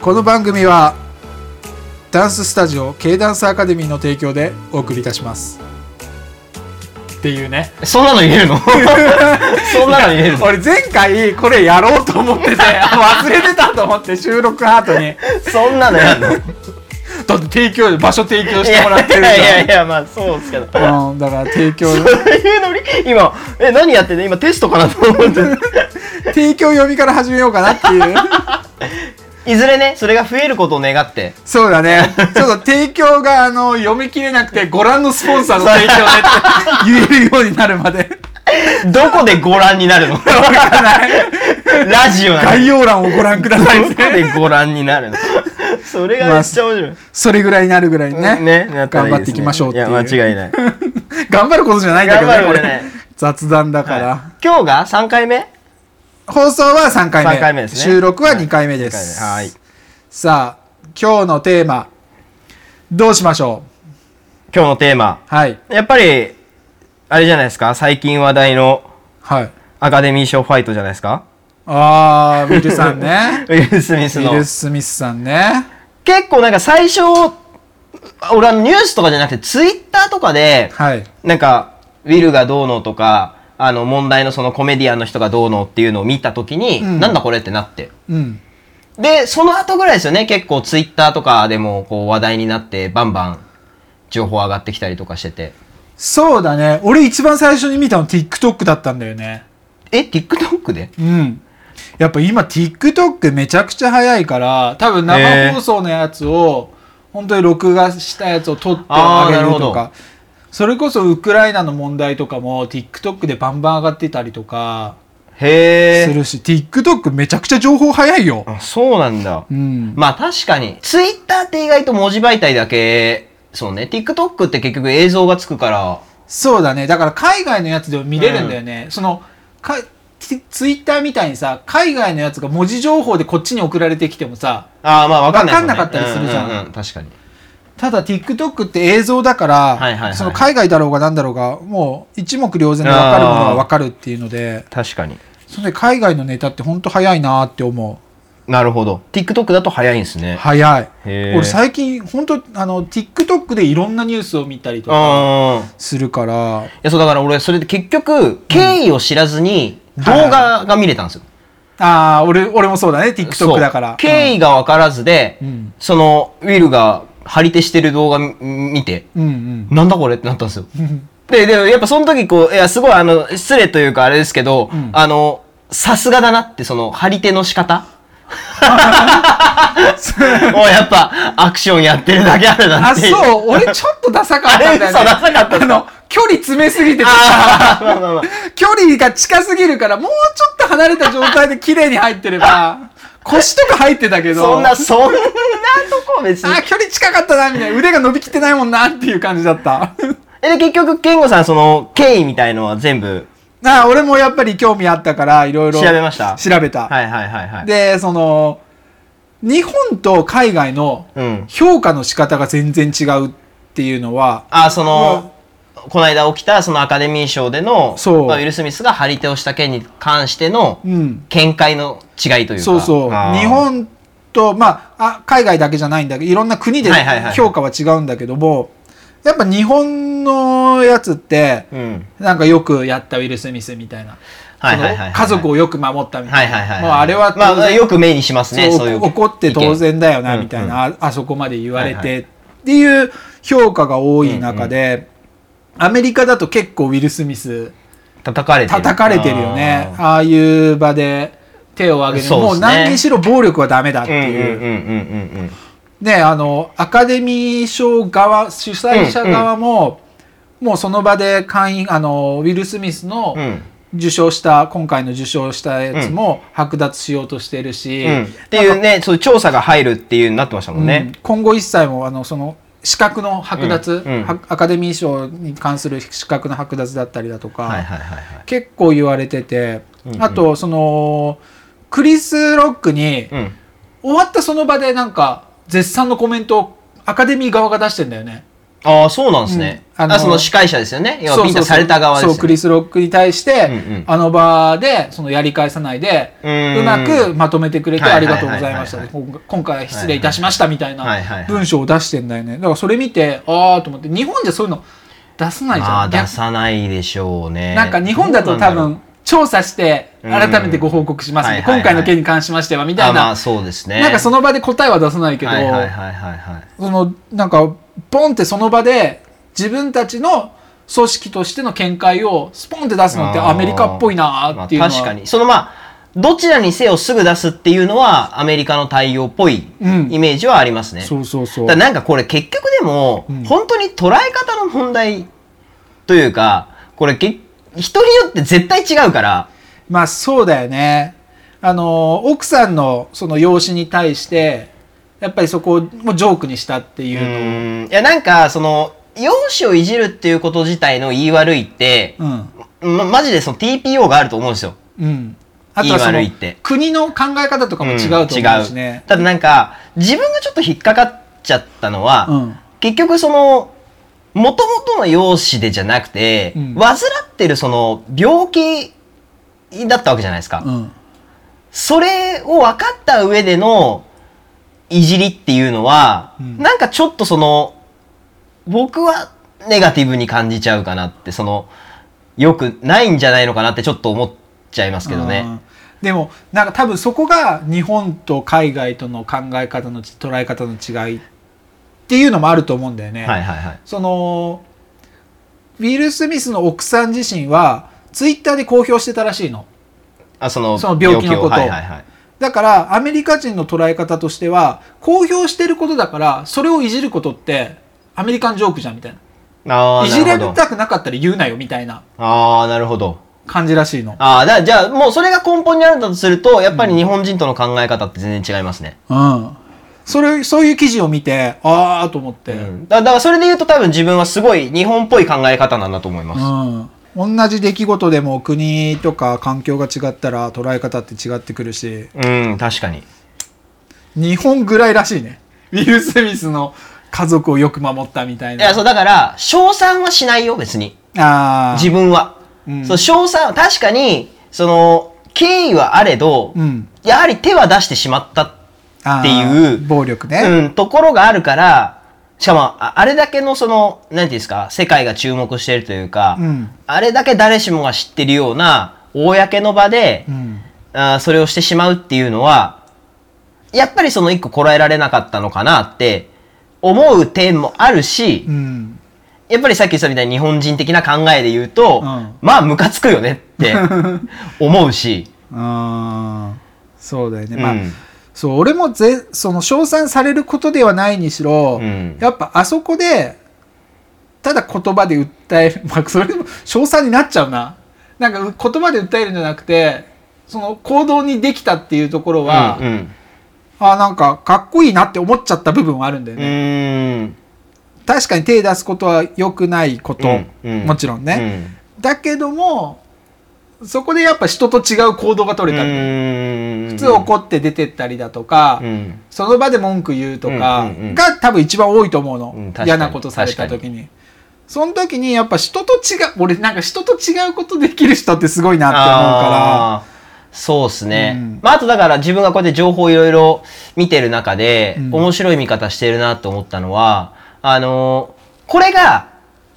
この番組はダンススタジオ K ダンスアカデミーの提供でお送りいたしますっていうねそんなの言える のそんなの言えるの俺前回これやろうと思 っててあ忘れてたと思って収録ハートにそんなのやんのいだって提供場所提供してもらやってるいじゃんやいやまあそうですけどそううん、だから提供いうのに今え何やってんの今テストかなと思って提供読みから始めようかなっていういずれねそれが増えることを願ってそうだねちょっと提供があの読み切れなくてご覧のスポンサーの提供でって言えるようになる までどこでご覧になるのラジオなの概要欄をご覧くださ いどこでご覧になるのそれがめっちゃ面白い、それぐらいになるぐらいにねねやたら頑張っていきましょうっていうや間違いない 頑張ることじゃないんだけどね頑張これることね雑談だから、はい今日が3回目放送は3回目三回目ですね収録は2回目です、はいはいさあ今日のテーマどうしましょう今日のテーマはいやっぱりあれじゃないですか最近話題のはいアカデミー賞ファイトじゃないですかあーウィルさんねウィル・ スミウスのィル・スミスさんね結構なんか最初俺はニュースとかじゃなくてツイッターとかではいなんかウィルがどうのとかあの問題のそのコメディアンの人がどうのっていうのを見た時に、んなんだこれってなってうんでその後ぐらいですよね結構ツイッターとかでもこう話題になってバンバン情報上がってきたりとかしててそうだね俺一番最初に見たの TikTok だったんだよねえ TikTok でうんやっぱ今 TikTok めちゃくちゃ早いから多分生放送のやつを、本当に録画したやつを撮ってあげあーなるるほとどかそれこそウクライナの問題とかも TikTok でバンバン上がってたりとかへすえるし、TikTok めちゃくちゃ情報早いよ、そうなんだうん、まあ確かにツイッターって意外と文字媒体だけそうね TikTok って結局映像がつくからそうだねだから海外のやつでも見れるんだよね、そのかツイッターみたいにさ海外のやつが文字情報でこっちに送られてきてもさああまあわかんないもね、わかんなかったりするじゃんううう確かにただ TikTok って映像だから、はいはいはいその海外だろうがなんだろうがもう一目瞭然で分かるものが分かるっていうので確かにそれで海外のネタってほんと早いなって思なるほど TikTok だと早いんですうね早いへえ俺最近ほんとあの TikTok でいろんなニュースを見たりとかああするからいやそうだから俺それで結局経緯を知らずうにん動画が見れたんですよ、ああ俺俺もそうだね TikTok だかそうら経緯が分からずで、うんそのウィルが張り手してる動画み見てうんうんなんだこれってなったんですようんで、でもやっぱその時こう、いや、すごいあの、失礼というかあれですけど、んあの、さすがだなって、その、張り手の 仕方もうやっぱ、アクションやってるだけあるなあっていう。うそう俺ちょっとダサかったんだよね あれ嘘ダサかったんだあの距離詰めすぎててさあーまあまあまあ 距離が近すぎるからもうちょっと離れた状態で綺麗に入ってれ ば腰とか入ってたけど そんな、そんなとこ別にあ。距離近かったなみたいな腕が伸びきってないもんなっていう感じだった え、で、結局、健吾さん、その、経緯みたいのは全部、なあ俺もやっぱり興味あったからいろいろ調べました調べた、はいはいはいはい。でその日本と海外のうん。評価の仕方が全然違うっていうのはあ、その、この間起きた、そのアカデミー賞での、そうまあウィル・スミスが張り手をした件に関しての、うん見解の違いというかそうそうあー日本と、まあ、あ海外だけじゃないんだけどいろんな国ではいはいはい評価は違うんだけども、やっぱ日本のやつってうんなんかよくやったウィル・スミスみたいな、はいはいはいはいその家族をよく守ったみたはいいな、はいはいもうあれは当然まあよく目にしますねそうそういう怒って当然だよな意見みたいな、ああそこまで言われて、はいはっていう評価が多い中で、アメリカだと結構ウィル・スミス叩かれてる叩かれてるよねあああいう場で手を挙げる、そうっすねもう何にしろ暴力はダメだっーていう。うんうんうんうんうんねあのアカデミー賞側主催者側も、もうその場で会員あのウィル・スミスのうんうん受賞した、今回の受賞したやつも剥奪しようとしてるし、うんっていうねそういう調査が入るっていうなってましたもんうんね今後一切もあのその資格の剥奪、うんうんはアカデミー賞に関する資格の剥奪だったりだとか、はいはいはいはい結構言われてて、うんうんあとそのクリス・ロックにうん終わったその場でなんか絶賛のコメントをアカデミー側が出してんだよね。ああ、そうなんですね。うんああのその司会者ですよね。要そうはビンタされた側ですそうよそうクね。リス・ロックに対して、うんうんあの場でそのやり返さないで、ううーんまくまとめてくれてはいあはいりはいがはいとうございましたと、今回今回失礼いたしましたみたいはいはいはない文章を出してんだよねだからそれ見てああと思って日本じゃそういうの出さないじまゃあ、ん出逆さないでしょうね。なんか日本だと多どうなんだろう分調査してうん改めてご報告しますんで、はいはいはい今回の件に関しましてはみたあいまな、あ、そうですね。なんかそのの場で答えは出さないけど、はいはいはいはいはい。そのなんかポンってその場で自分たちの組織としての見解をスポンって出すのってあーアメリカっぽいなーっていうのまは、あ確かにそのまあどちらにせよすぐ出すっていうのはアメリカの対応っぽいうんイメージはありますね、そうそうそうだからなんかこれ結局でも、うん本当に捉え方の問題というかこれけ人によって絶対違うからまあそうだよねあの奥さんのその養子に対してやっぱりそこをもうジョークにしたっていううのをんいやなんかその容姿をいじるっていうこと自体の言い悪いって、うん、ま、マジでその TPO があると思うんですようん、あとはその言い悪いって国の考え方とかも違うと思うしねん違う、ただなんか自分がちょっと引っかかっちゃったのは、うん結局そのもともとの容姿でじゃなくて、うん患ってるその病気だったわけじゃないですか、うん、それを分かった上でのいじりっていうのは、うんなんかちょっとその僕はネガティブに感じちゃうかなってそのよくないんじゃないのかなってちょっと思っちゃいますけどね、うんでもなんか多分そこが日本と海外との考え方の捉え方の違いっていうのもあると思うんだよね。はいはいはいそのウィル・スミスの奥さん自身はツイッターで公表してたらしいの。あそのその病気のをことはいはいはいだからアメリカ人の捉え方としては公表してることだからそれをいじることってアメリカンジョークじゃんみたいあな。ーいじならるれほどたくなかったら言うなよみたいなあーなるほど感じらしいの。ああ、だじゃあもうそれが根本にあるんだとすると、やっぱり日本人との考え方って全然違いますね。うん。それそういう記事を見てああと思って。うんだだからそれで言うと多分自分はすごい日本っぽい考え方なんだと思います。うん、同じ出来事でも国とか環境が違ったら捉え方って違ってくるしうん、確かに。日本ぐらいらしいねウィル・スミスの家族をよく守ったみたいいなや、そう、だから、称賛はしないよ、別に。あ自分は。分そう、称賛は確かに、その、敬意はあれど、うん、やはり手は出してしまった、あーっていう暴力ね、うん、ところがあるから、しかも、ああれだけのその、なんていうんですか、世界が注目してるというか、うんあれだけ誰しもが知ってるような、公の場で、うんあーそれをしてしまうっていうのは、やっぱりその一個こらえられなかったのかなって思う点もあるしう、んやっぱりさっき言ったみたいに日本人的な考えで言うと、うんまあムカつくよねって 思うし、あーそうだよね、まあうんそう俺もぜその称賛されることではないにしろ、うんやっぱあそこでただ言葉で訴える、 まあ、それでも称賛になっちゃうななんか言葉で訴えるんじゃなくてその行動にできたっていうところは、うんうんあなんかかっこいいなって思っちゃった部分はあるんだようね、ーん確かに手出すことは良くないこと、うんうんもちろんうね、んだけどもそこでやっぱ人と違う行動が取れたり、うん普通怒って出てったりだとか、うんその場で文句言うとかうんうんうんが多分一番多いと思うの、うん確かに嫌なことされた時にその時にやっぱ人と違う俺なんか人と違うことできる人ってすごいなって思うかあーそうですね、うんまあ、あとだから自分がこうやって情報をいろいろ見てる中で、うん面白い見方してるなと思ったのはあのーこれが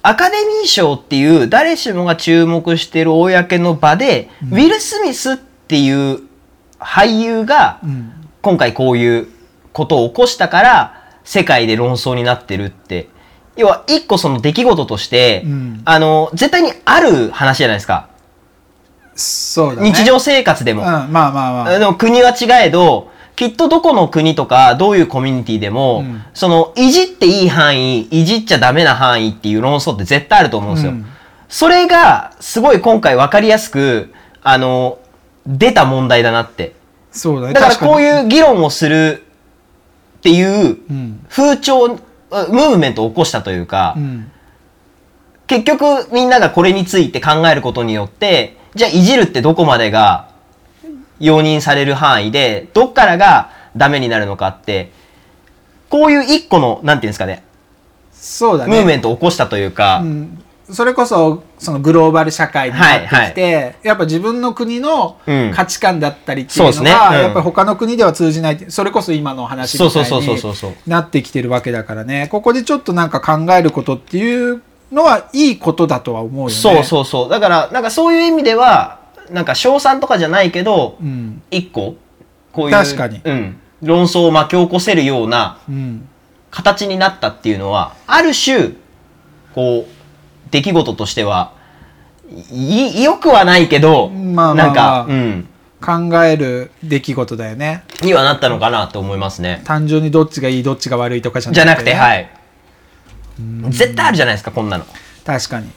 アカデミー賞っていう誰しもが注目してる公の場で、ウィル・スミスっていう俳優がら、うん今回こういうことを起こしたから世界で論争になってるって要は一個その出来事として、うんあの絶対にある話じゃないですか。そうだね日常生活でうんも、まあまあまあでも国は違えどきっとどこの国とかどういうコミュニティでも、うんそのいじっていい範囲いじっちゃダメな範囲っていう論争って絶対あると思うんですよ、うんそれがすごい今回分かりやすくあの出た問題だなってそうだねだからこうう、いう議論をするっていううん風潮ムーブメントを起こしたというか、うん結局みんながこれについて考えることによってじゃあいじるってどこまでが容認される範囲でどっからがダメになるのかってこういう一個のなんていうんですかねそうだねムーブメントを起こしたというか、うん、それこそそのグローバル社会になってきて、やっぱ自分の国のうん価値観だったりっていうのそが、うですねうんやっぱり他の国では通じないってそれこそ今のお話そうみたそういそうそうにそうそうなってきてるわけだからねここでちょっとなんか考えることっていうのはいいことだとは思うよね。そうそうそうだからなんかそういう意味ではなんか賞賛とかじゃないけどうん一個こういう確かにうん、論争を巻き起こせるようなうん形になったっていうのはある種こう出来事としてはい良くはないけど、まあまあまあなんか、うん、考える出来事だよねにはなったのかなと思いますね。単純にどっちがいいどっちが悪いとかじゃじゃなくて、ねはい。絶対あるじゃないですか、こんなの。確かに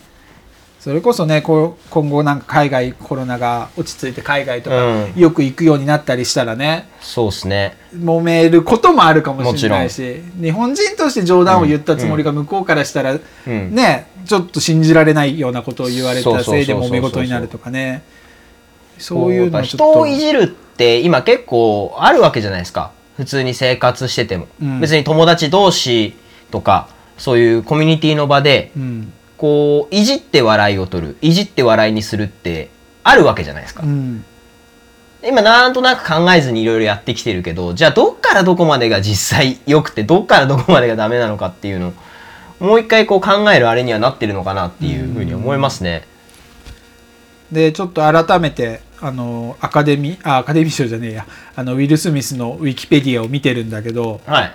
それこそねこう今後なんか海外コロナが落ち着いて海外とかうんよく行くようになったりしたらね、そうですね。揉めることもあるかもしれないし日本人として冗談を言ったつもりが向こうからしたら、うんねちょっと信じられないようなことを言われそうたそうそうそせういで揉め事になるとかねそういうのはちょっ人とをいじるって今結構あるわけじゃないですか普通に生活してても、うん別に友達同士とかそういうコミュニティの場でうんこういじって笑いを取るいじって笑いにするってあるわけじゃないですか、うん今なんとなく考えずにいろいろやってきてるけどじゃあどっからどこまでが実際良くてどっからどこまでがダメなのかっていうのをもう一回こう考えるあれにはなってるのかなっていうふうに思いますね、でちょっと改めてあのアカデミーあアカデミー賞じゃねえやあのウィル・スミスのウィキペディアを見てるんだけど、はい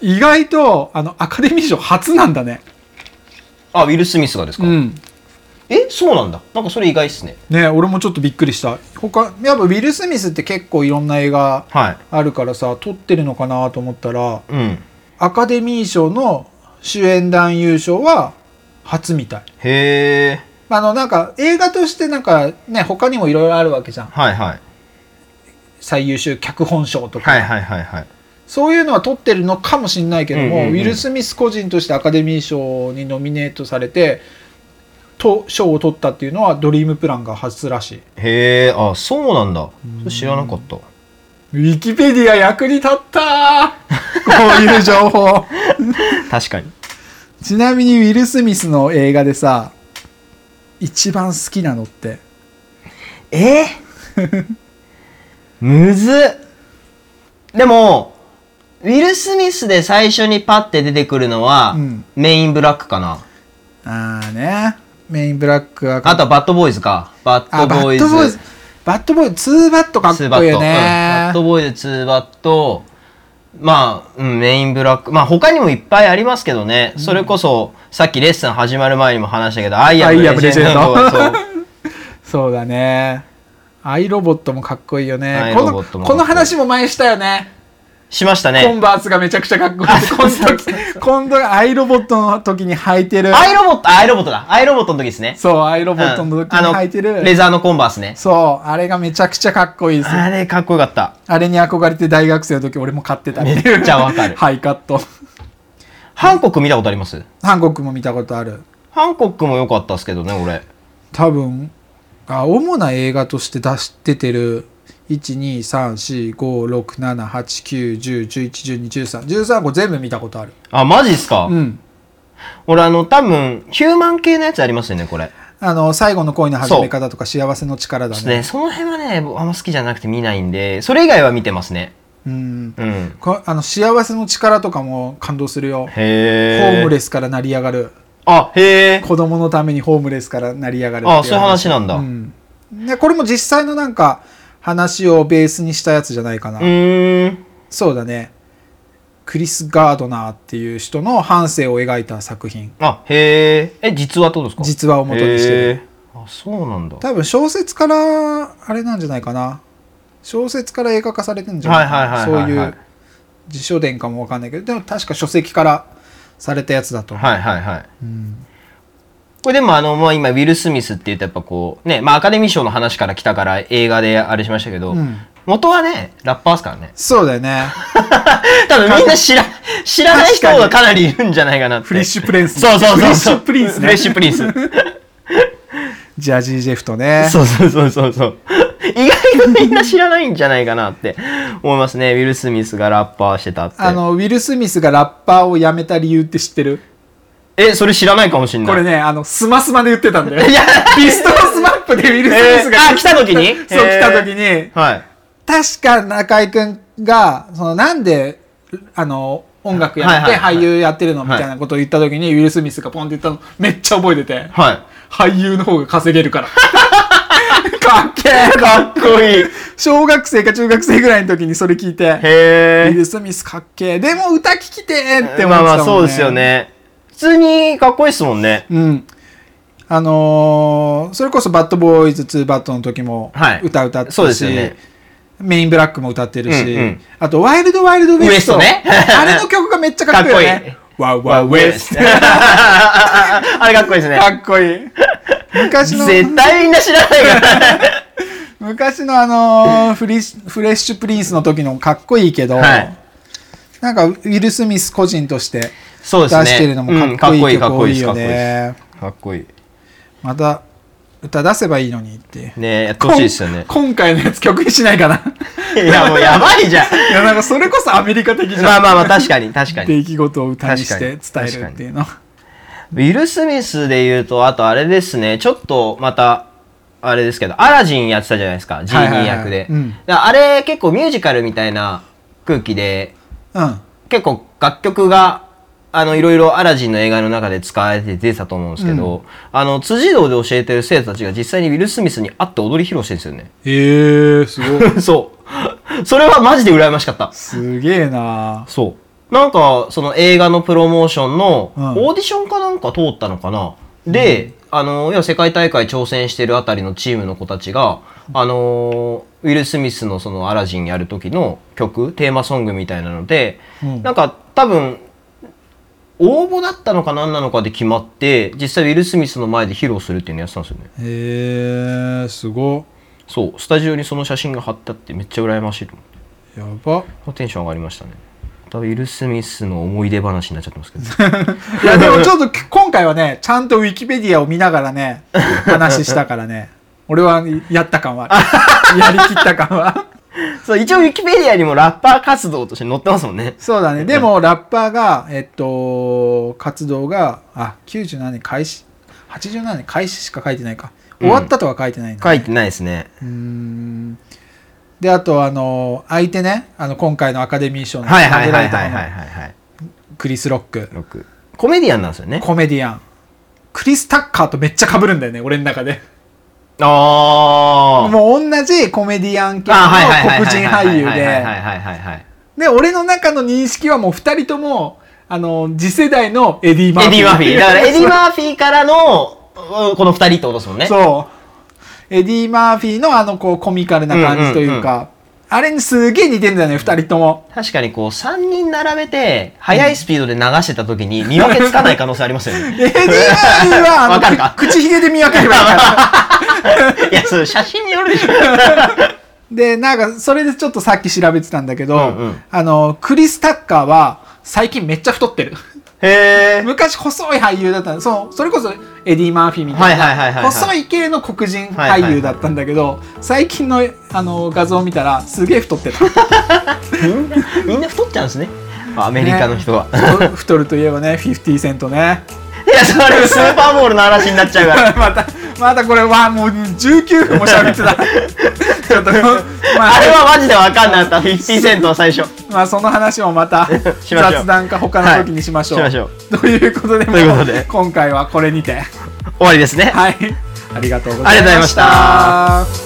意外とあのアカデミー賞初なんだねあウィル・スミスがですか、んえそうなんだなんかそれ意外っすねね俺もちょっとびっくりした他やっぱウィル・スミスって結構いろんな映画はいあるからさ撮ってるのかなと思ったらうん。アカデミー賞の主演男優賞は初みたいへえ。あのなんか映画としてなんかね他にもいろいろあるわけじゃんはいはい。最優秀脚本賞とか、はいはいはいはい。そういうのは取ってるのかもしれないけども、うんうんうウんィル・スミス個人としてアカデミー賞にノミネートされてと賞を取ったっていうのはドリームプランが初らしいへえ。あ、そうなんだ。それ知らなか った。ウィキペディア役に立ったーこういう情報確かに。ちなみにウィル・スミスの映画でさ一番好きなのってえむずっでも、ウィル・スミスで最初にパッて出てくるのは、うんメインブラックかな。ああねメインブラックはあとはバッドボーイズか。バッあドバボーイッズ。ドボーイズバッドボーイズ2バットかっこツーバッいいよト。うんバねッドボーイズ、2バット。まあ、うん、メインブラック。まあ、他にもいっぱいありますけどね。それこそ、さっきレッスン始まる前にも話したけど、アイアアイアムムレレジジェェンンドドを。 そうそうだねアイロボットもかっこいいよアねイこロボのットもかっここいいの話も前したよねしましたコねン。バースがめちゃくちゃかっこいい 今度今度アイロボットの時に履いてるアイロボット、アイロボットだ。アイロボットの時ですね。そうアイロボットの時うんあに履いてるレザーのコンバースね。そう、あれがめちゃくちゃかっこいいです。あれ、かっこよかった。あれに憧れて大学生の時俺も買ってたっていうめっちゃわか るハイカット。ハンコック見たことあります韓国も見たことある。ハンコックも良かったですけどね、俺。多分、あ、主な映画として出しててる、1,2,3,4,5,6,7,8,9,10,11,12,13,13個全部見たことある。あ、マジっすか、うん。俺、あの、多分、ヒューマン系のやつありますよね、これ。あの、最後の恋の始め方とか幸せの力だちょっとね。ね、その辺はね、僕あんま好きじゃなくて見ないんで、それ以外は見てますね。うん。うん。こあの、幸せの力とかも感動するよ。ホへーームレスから成り上がる。あ、へー子供のためにホームレスから成り上がるってあ、そういう話なんだ。う、うんでこれも実際のなんか話をベースにしたやつじゃないかな、ーん。そうだねクリス・ガードナーっていう人の半生を描いた作品あ、へーえ、実話ってことですか実話を元にしてるへーあ、そうなんだ。多分小説からあれなんじゃないかな小説から映画化されてんじゃないかなはいはいそはういはいいはいう辞書伝かもわかんないけどでも確か書籍からされたやつだと思う、はいはいはい。うんこれでもあの、まあ、今、ウィル・スミスって言うとやっぱこう、ね、まあ、アカデミー賞の話から来たから映画であれしましたけど、うん元はね、ラッパーっすか らね。そうだよね多分みんな知ら、知らない人がかなりいるんじゃないかなって。フレッシュプリンスそうそうそうそう。フレッシュプリンスねフレッシュプリン ス。ジャージー・ジェフとねそうそうそうそうそう。意外とみんな知らないんじゃないかなって思いますね。ウィル・スミスがラッパーしてたって。あのウィル・スミスがラッパーを辞めた理由って知ってるえ、それ知らないかもしんない。これね、あの、スマスマで言ってたんだよ。いやピストルスマップでウィル・スミスが、えーあ来た時にそう、来えーた時に、はい。確か中居くんが、その、なんで、あの、音楽やって、はいはいはい俳優やってるのみたいなことを言った時に、ウィル・スミスがポンって言ったの、めっちゃ覚えてて、は俳優の方が稼げるから。かっけい。え かっこいい。へ小学生か中学生ぐらいの時にそれ聞いて、ウィえ。ル・スミスかっけえ。でも歌聞きてえって思ってたもんね。まあまあ、そうですよね。普通にかっこいいですもんね。うん。あのーそれこそバッドボーイズ2バットの時もはい歌歌ってたし、そうですよねメインブラックも歌ってるし、うんうんあとワイルドワイルドウエストウエストねあれの曲がめっちゃかっこいいよかっこいいね。ワウワウウエスト。 あれかっこいいですねか。っこいい。昔の、絶対みんな知らないから。昔のあのーフリシフレッシュプリンスの時のかっこいいけど、はいなんかウィル・スミス個人としてそう出ですね。してるのもうんかっこいい曲多いよね。かっこいいです。かっこいいですまた歌出せばいいのにって。ねえ、やってほしいですよね。こん今回のやつ曲にしない かな。いや、もうやば いじゃん。いや、なんかそれこそアメリカ的じゃん。まあまあまあ、確かに、確かに。出来事を歌にして伝え確かるにっていうの。ウィル・スミスで言うと、あとあれですね、ちょっとまた、あれですけど、アラジンやってたじゃないですか、ジーニーは役でいはいはいうん。だからあれ結構ミュージカルみたいな空気で、うん。結構楽曲が、あの、いろいろアラジンの映画の中で使われて出てたと思うんですけど、あの、辻堂で教えてる生徒たちが実際にウィル・スミスに会って踊り披露してるんですよね。ええ、すごい。 そう。それはマジで羨ましかった。すげえなそう。なんか、その映画のプロモーションのうんオーディションかなんか通ったのかな。で、あの、要は世界大会挑戦してるあたりのチームの子たちが、あの、ウィル・スミスのそのアラジンやる時の曲、テーマソングみたいなので、うんなんか多分、応募だったのか何なのかで決まって、実際ウィル・スミスの前で披露するっていうのやってたんですよね。ええ、すごそう、スタジオにその写真が貼ってあってめっちゃ羨ましいと思って。い。やば。テンション上がりましたね。多分ウィル・スミスの思い出話になっちゃってますけど。いや、でもちょっと今回はね、ちゃんとウィキペディアを見ながらね、話したからね。俺はやった感 はある。やりきった感は。そう、一応ウィキペディアにもラッパー活動として載ってますもんね。そうだね。でも、ラッパーが、えっと、活動が、あ、97年開始、87年開始しか書いてないか。終わったとは書いてないな。書いてないですね。うーん。で、あと、あの、相手ね、あの、今回のアカデミー賞のはいはいはラいイタはいーはいのはい、はい。クリス・ロック、六。コメディアンなんですよね。コメディアン。クリス・タッカーとめっちゃ被るんだよね、俺の中で。あー。もう同じコメディアン系のあはいはいはい黒人俳優はいはいで。はいはいはい。で、俺の中の認識はもう二人とも、あの、次世代のエディ・マーエフィー。ディ・マーフィー。だからエディ・マーフィーからの、うんこの二人ってことですもんね。そう。エディ・マーフィーのあのこうコミカルな感じというか、あれにすげえ似てんだよね、二人と も。確かにこう、三人並べて、速いスピードで流してた時に見分けつかない可能性ありますよね。エディ・マーフィーはわかるあかのく口ひげで見分ければいい から。いや、それ写真によるでしょ。で、なんかそれでちょっとさっき調べてたんだけど、うんうんあの、クリス・タッカーは最近めっちゃ太ってる。 へー。昔細い俳優だったのそうそれこそエディ・マーフィーみたいはいはいはいはないはい細い系の黒人俳優だったんだけど最近のあの画像を見たらすげえ太ってたみんな太っちゃうんですね。アメリカの人は。太太るといえばね50セントねいや、それスーパーボールの話になっちゃうから。またまたこれはもう19分も喋って たちょっと まああれはマジでわかんなかった。50セントは最初。まあその話をまたしましょう雑談か他の時にしましょう、はいしまということでということでもう今回はこれにて終わりですね。はいありがとうございましたありがとうございました